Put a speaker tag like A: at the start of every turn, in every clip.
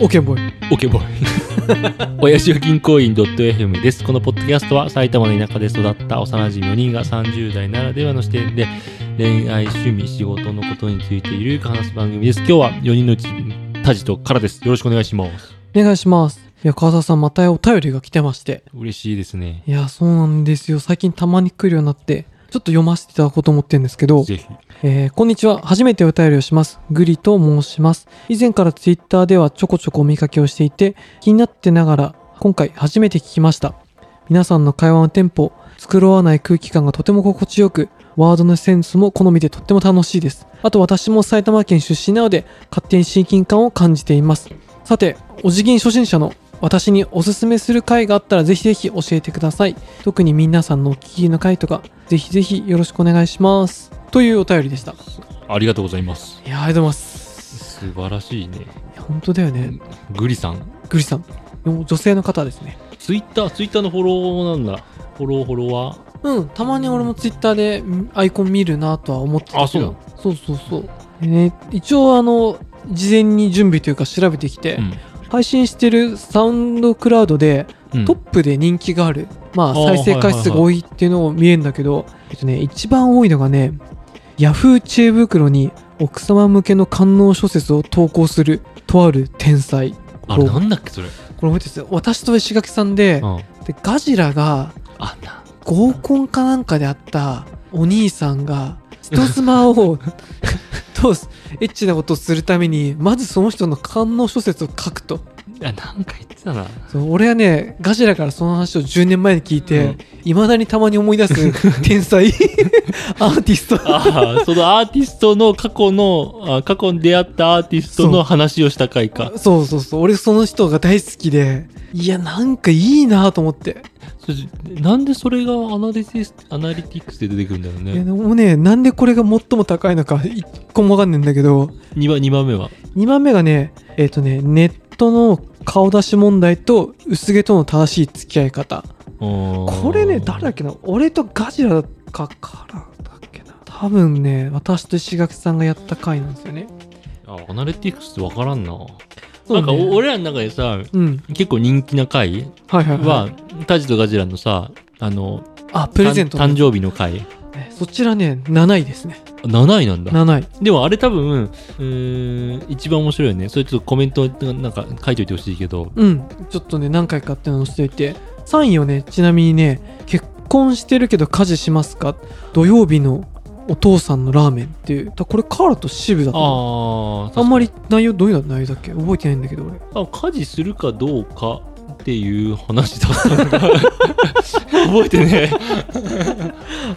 A: オケボイ。
B: オケボイ。 親父は銀行員 .fm です。このポッドキャストは埼玉の田舎で育った幼馴染4人が30代ならではの視点で恋愛、趣味、仕事のことについてゆるく話す番組です。今日は4人のうち、タジとカラです。よろしくお願いします。
A: お願いします。いや、川沢さん、またお便りが来てまして。
B: 嬉しいですね。
A: いや、そうなんですよ。最近たまに来るようになって、ちょっと読ませていただこうと思ってるんですけど、
B: ぜひ。
A: えーこんにちは。初めてお便りをします。グリと申します。以前からツイッターではちょこちょこお見かけをしていて、気になってながら、今回初めて聞きました。皆さんの会話のテンポ、繕わない空気感がとても心地よく、ワードのセンスも好みでとっても楽しいです。あと私も埼玉県出身なので、勝手に親近感を感じています。さて、お辞儀初心者の私におすすめする回があったらぜひぜひ教えてください。特に皆さんのお聞きの回とか、ぜひぜひよろしくお願いします。というお便りでした。
B: ありがとうございます。
A: いやーありがとうございます。
B: 素晴らしいね。
A: いや本当だよね。
B: グリさん。
A: グリさん。女性の方ですね。
B: ツイッター、ツイッターのフォローなんだ。フォロー、フォロワー。
A: うん、たまに俺もツイッターでんアイコン見るなとは思ってた
B: あ
A: け
B: そうな
A: ど。そうそうそうでね、一応あの、事前に準備というか調べてきて、配信してるサウンドクラウドで、
B: うん。
A: トップで人気がある、まあ、
B: あー
A: 再生回数が多いっていうのを見えるんだけど、えっとね、一番多いのがね、ヤフー知恵袋に奥様向けの官能小説を投稿するとある天才。
B: あれなんだっけ、それ。
A: これ覚えてるんですよ私と石垣さんで,、
B: うん。
A: でガジラが
B: あんな。
A: 合コンかなんかであったお兄さんが人妻 を通すエッチなことをするためにまずその人の官能小説を書くと
B: あ、なんか言ってたな。
A: そう俺はねガジラからその話を10年前に聞いて
B: うん
A: いま、未だにたまに思い出 す天才 アーティスト
B: ああ、そのアーティストの過去の、あ過去に出会ったアーティストの話をした回か。
A: そうそうそう俺その人が大好きでいやなんかいいなと思って
B: そなんでそれがアナリティスアナリティクスで出てくるんだろう
A: いや
B: ね。
A: でもねなんでこれが最も高いのか一個もわかんないんだけど
B: 2, 番二番目は。
A: 2番目がねえっ、とねネットの顔出し問題と薄毛との正しい付き合い方こ
B: こ
A: れね誰だっけな俺とガジラかからだっけな多分ね私と石垣さんがやった回なんですよね
B: あアナリティクスって分からんな。
A: そう
B: なん
A: ね
B: かお俺らの中でさ、
A: うん
B: 結構人気な回
A: はいはい
B: は、タジとガジラのさ、あの、
A: あプレゼント
B: 誕
A: の
B: 誕生日の回。
A: えそちらね7位ですね
B: 7位なんだ。
A: 7位
B: でもあれ多分、うーん、一番面白いよね。それちょっとコメントなんか書いておいてほしいけど。
A: うんちょっとね何回かっていうのをしていて3位をねちなみにね結婚してるけど家事しますか土曜日のお父さんのラーメンっていうだこれカーラとシブだと思う
B: ああ、
A: あんまり内容どういう内容だっけ覚えてないんだけど俺
B: あ家事するかどうかっていう話だったのが 覚えてね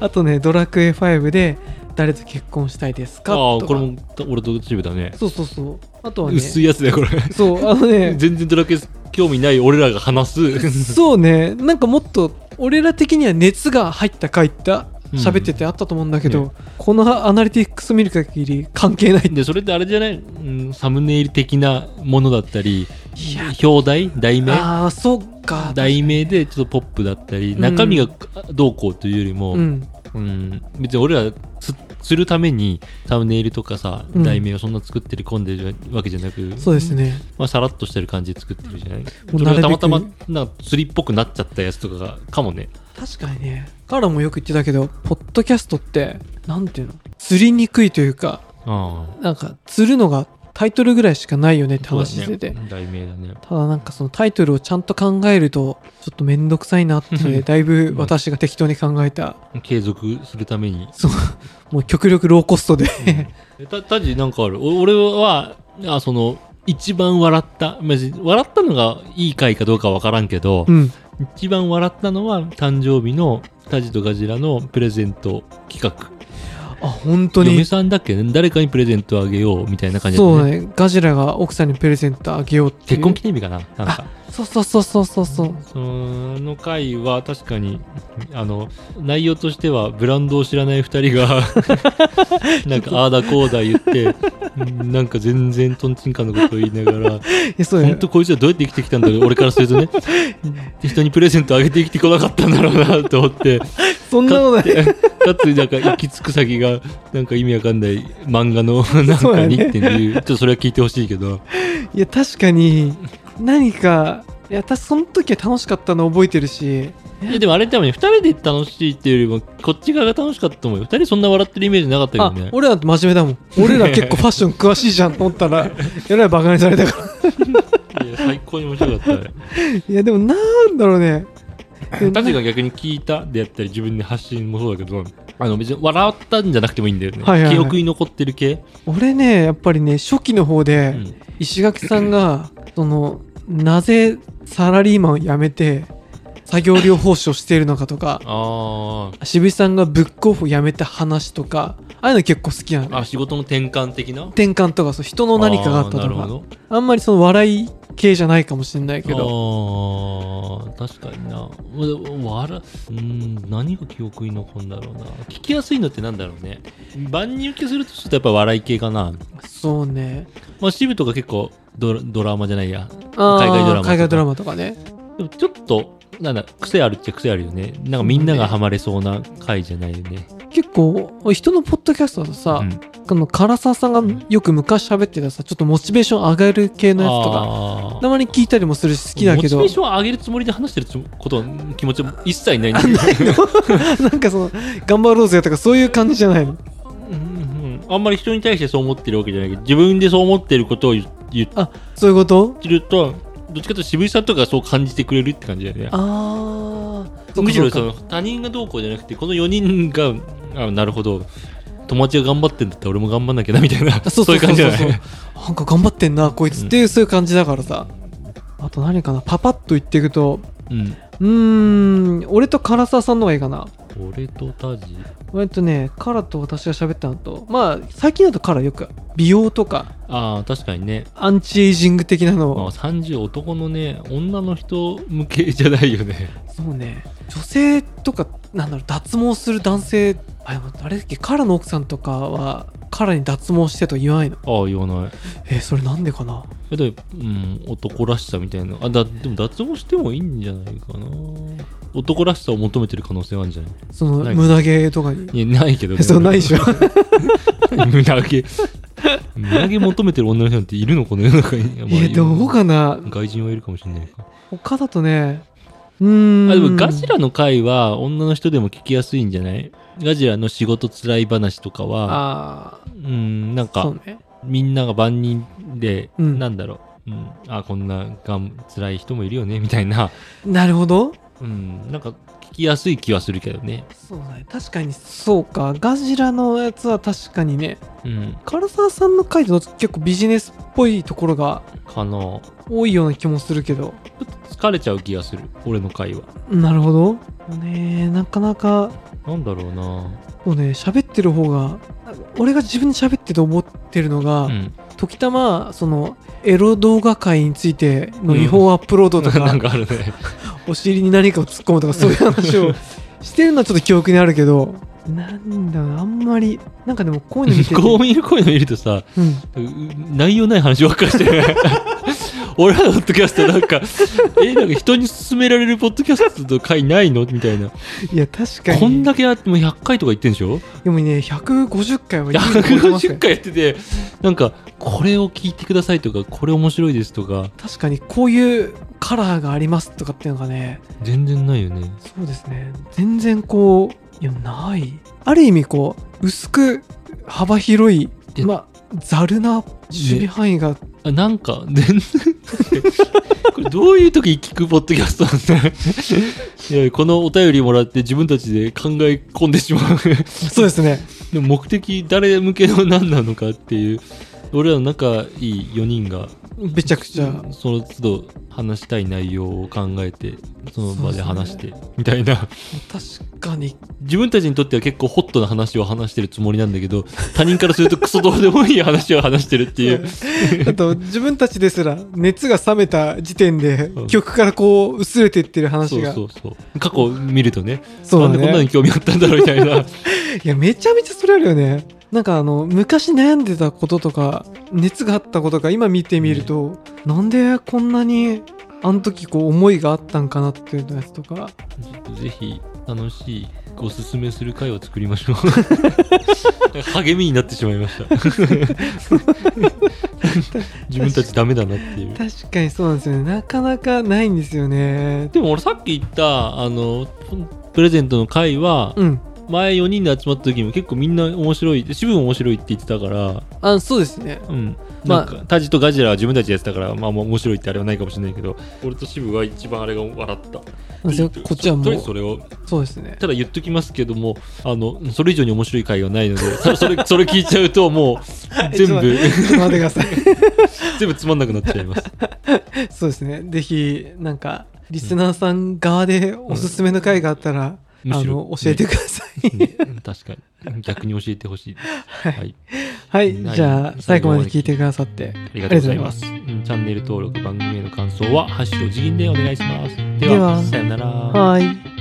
A: あとね「ドラクエ5」で誰と結婚したいです
B: あ
A: か
B: あ
A: とか
B: これも俺とチームだね
A: そうそうそうあとはね
B: 薄いやつだよこれ
A: そうあの ね
B: 全然ドラクエ興味ない俺らが話す
A: そうねなんかもっと俺ら的には熱が入った回って喋っててあったと思うんだけど、
B: ね
A: このアナリティクス見る限り関係ない
B: でそれってあれじゃない、うん、サムネイル的なものだったり
A: いや
B: 表題題名
A: ああそっか
B: 題名でちょっとポップだったり
A: うん
B: 中身がどうこうというよりも、
A: うん
B: うん、別に俺らすするためにサムネイルとかさ、
A: うん
B: 題名をそんな作ってる込んでるわけじゃなく
A: そうですね、
B: まあ、さらっとしてる感じで作ってるじゃない
A: もう
B: そ
A: な
B: れ
A: るべく
B: がたまたまなんか釣りっぽくなっちゃったやつとかがかもね
A: 確かにねカーラもよく言ってたけどポッドキャストってなんていうの釣りにくいというか
B: ああ
A: なんか釣るのがタイトルぐらいしかないよねって話し
B: そう
A: て
B: だ
A: て、
B: ね題名だね
A: ただなんかそのタイトルをちゃんと考えるとちょっとめんどくさいなっていうのでだいぶ私が適当に考えた
B: 継続するために
A: そうもう極力ローコストで
B: えたたじなんかあるお俺はあその一番笑った別に笑ったのがいい回かどうかわからんけど、
A: うん
B: 一番笑ったのは誕生日のタジとガジラのプレゼント企画
A: あ本当
B: 嫁
A: に
B: さんだっけね誰かにプレゼントあげようみたいな感じだっ
A: そ
B: た
A: う
B: ね
A: ねガジラが奥さんにプレゼントあげようっていう
B: 結婚記念日かななんか
A: そうそうそうそうそうそう
B: その回は確かにあの内容としてはブランドを知らない2人が なんかああだこうだ言ってうんなんか全然とんちんかんのことを言いながら
A: いやそうよ
B: 本当こいつはどうやって生きてきたんだろう俺からするとね人にプレゼントあげて生きてこなかったんだろうなと思って
A: そんなことない。
B: かつなんか行き着く先がなんか意味わかんない漫画のなん
A: そう
B: か
A: や
B: に
A: ね
B: っていうちょっとそれは聞いてほしいけど
A: いや、確かに、何か、いや、私、その時は楽しかったの覚えてるし、
B: いやでもあれ多分ね2人で楽しいっていうよりもこっち側が楽しかったと思うよ2人そんな笑ってるイメージなかったよ
A: あ
B: ね、
A: 俺らって真面目だもん。俺ら結構ファッション詳しいじゃんと思った ら、えらいバカにされたから。
B: いや最高に面白かったあれ
A: いや、でもなんだろうね。 でも
B: タジが逆に聞いたでやったり自分で発信もそうだけどあの別に笑ったんじゃなくてもいいんだよね、
A: はいはいはい
B: 記憶に残ってる系、
A: 俺ね、やっぱりね、初期の方
B: う
A: で、
B: ん
A: 石垣さんがそのなぜサラリーマンを辞めて作業療法士をしているのかとか
B: あ
A: 渋井さんがブックオフを辞めた話とかああいうの結構好きな
B: ー
A: の
B: あ仕事の転換的な
A: 転換とかそう人の何かがあった
B: ーな
A: と
B: るほ
A: か
B: ど
A: あんまりその笑い系じゃないかもしれないけど
B: あー確かになうわ笑うーん何が記憶に残るんだろうな聞きやすいのってなんだろうね万人受けするとちょっとやっぱ笑い系かな
A: そうね
B: まあシブとか結構ドラドラマじゃないや
A: あー
B: 海外ドラマとか
A: 海外ドラマとかね
B: でもちょっとなんだ癖あるっちゃ癖あるよねなんかみんながハマれそうな回じゃないよね
A: 結構人のポッドキャストだとさ、
B: うん
A: この唐沢さんがよく昔喋ってたさちょっとモチベーション上がる系のやつとか
B: あー
A: たまに聞いたりもするし好きだけど
B: モチベーションを上げるつもりで話してるつもことは気持ちは一切ないんだけど
A: なんかその頑張ろうぜとかそういう感じじゃないの
B: うんうんあんまり人に対してそう思ってるわけじゃないけど自分でそう思ってることを言言っ
A: あそういうこと
B: てるとどっちかというと渋井さんとかがそう感じてくれるって感じだよね
A: ああ
B: むしろその他人がどうこうじゃなくてこの4人があなるほど友達が頑張ってんだったら俺も頑張んなきゃなみたいな そういう感じじゃない
A: なんか頑張ってんなこいつっていう、そういう感じだからさあと何かなパパッと言っていくと
B: うん
A: うーん俺と唐沢さんの方がいいかな
B: 俺とタジ
A: 割とねカラと私が喋ったのとまあ最近だとカラよく美容とか
B: ああ確かにね、
A: アンチエイジング的なの
B: まあ、
A: を
B: 30男のね女の人向けじゃないよね
A: そうね女性とかなんだろう脱毛する男性あでもあれだっけカラの奥さんとかはカラに脱毛してと言わないの
B: ああ言わない
A: えーそれなんでかな
B: えでうん、男らしさみたいなあだでも脱毛してもいいんじゃないかな男らしさを求めてる可能性はあるんじゃな
A: その
B: ない
A: 胸毛とかに
B: いいやないけど ね
A: そうないでしょ
B: 胸毛胸毛求めてる女の人なんているのこの世の中に
A: いやどうかな
B: 外人はいるかもしれないか
A: 他だとねうーん
B: あでもガジラの回は女の人でも聞きやすいんじゃないガジラの仕事つらい話とかは
A: ああ
B: うんなん
A: そ
B: か
A: うね
B: みんなが万人で、
A: うん
B: なんだろう、うん、あこんながん辛い人もいるよねみたいな、
A: なるほど
B: うん、なんか聞きやすい気はするけどね、
A: そうだね確かにそうかガジラのやつは確かにね
B: うん、
A: 唐沢さんの回だと結構ビジネスっぽいところが
B: かなちょ
A: 多いような気もするけど
B: っと疲れちゃう気がする俺の回は
A: なるほどねなかなか
B: なんだろうな
A: もうね喋ってる方が俺が自分で喋ってて思ってるのが、
B: うん、
A: 時たまそのエロ動画界についての違法アップロードとか,、
B: なんかあるね
A: お尻に何かを突っ込むとかそういう話をしてるのはちょっと記憶にあるけどなんだろうなあんまり なんかでもこういうの見てて
B: こう見るこういうの見るとさ
A: うん
B: う内容ない話ばっかりして る俺らのポッドキャストなんかえなんか人に勧められるポッドキャストの回ないのみたいない
A: や確かに
B: こんだけやってもう100回とか言ってんでしょ
A: でもね150回はいいと思います
B: 150
A: よ
B: 回やっててなんかこれを聞いてくださいとかこれ面白いですとか
A: 確かにこういうカラーがありますとかっていうのがね
B: 全然ないよね
A: そうですね全然こういやないある意味こう薄く幅広い
B: いや
A: まあざるな守備範囲が、
B: あなんか全然 これどういう時聞くポッドキャストなんだよ いやこのお便りもらって自分たちで考え込んでしまう
A: そうですね
B: でも目的誰向けの何なのかっていう俺らの仲いい4人が
A: めちゃくちゃ
B: その都度話したい内容を考えてその場で話し
A: そう
B: て、みたいな
A: 確かに
B: 自分たちにとっては結構ホットな話を話してるつもりなんだけど他人からするとクソどうでもいい話を話してるっていう
A: あと自分たちですら熱が冷めた時点で
B: うん
A: 曲からこう薄れていってる
B: そ
A: 話
B: う
A: が
B: そうそう過去を見るとね
A: そう
B: なん
A: だ
B: でこんなの
A: ね
B: に興味あったんだろうみたいな
A: いやめちゃめちゃそれあるよねなんかあの昔悩んでたこととか熱があったことが今見てみると、なんでこんなにあの時こう思いがあったんかなっていうやつとか
B: ちょっとぜひ楽しいおすすめする回を作りましょう 励みになってしまいました 自分たちダメだなっていう
A: 確かにそうなんですよねなかなかないんですよね
B: でも俺さっき言ったあのプレゼントの回は、
A: うん
B: 前4人で集まった時も結構みんな面白い渋分面白いって言ってたから
A: あそうですね
B: うん
A: ま
B: な
A: あ
B: んかタジとガジラは自分たちでやってたからまあまあ面白いってあれはないかもしれないけど俺と渋は一番あれが笑った
A: 私はこっちはも
B: と
A: う
B: りあえずそれを
A: そうですね
B: ただ言っときますけどもあのそれ以上に面白い回がないのでそれそれそれ聞いちゃうともう全
A: ちょっ
B: 部
A: と待ってください
B: 全部つまんなくなっちゃいます
A: そうですねぜひなんかリスナーさん側でおすすめの回があったら、
B: む
A: あ
B: しろ
A: の教えてください、
B: ね確かに逆に教えてほしいです
A: は、
B: はいい
A: はい
B: うん
A: じゃあ最
B: 最
A: 後ま
B: 後ま
A: で
B: で
A: 聞いてくださって
B: ありがとうございますうんチャンネル登録番組への感想は「ハッシュお辞儀」でお願いしますでは
A: では
B: さよなら
A: はい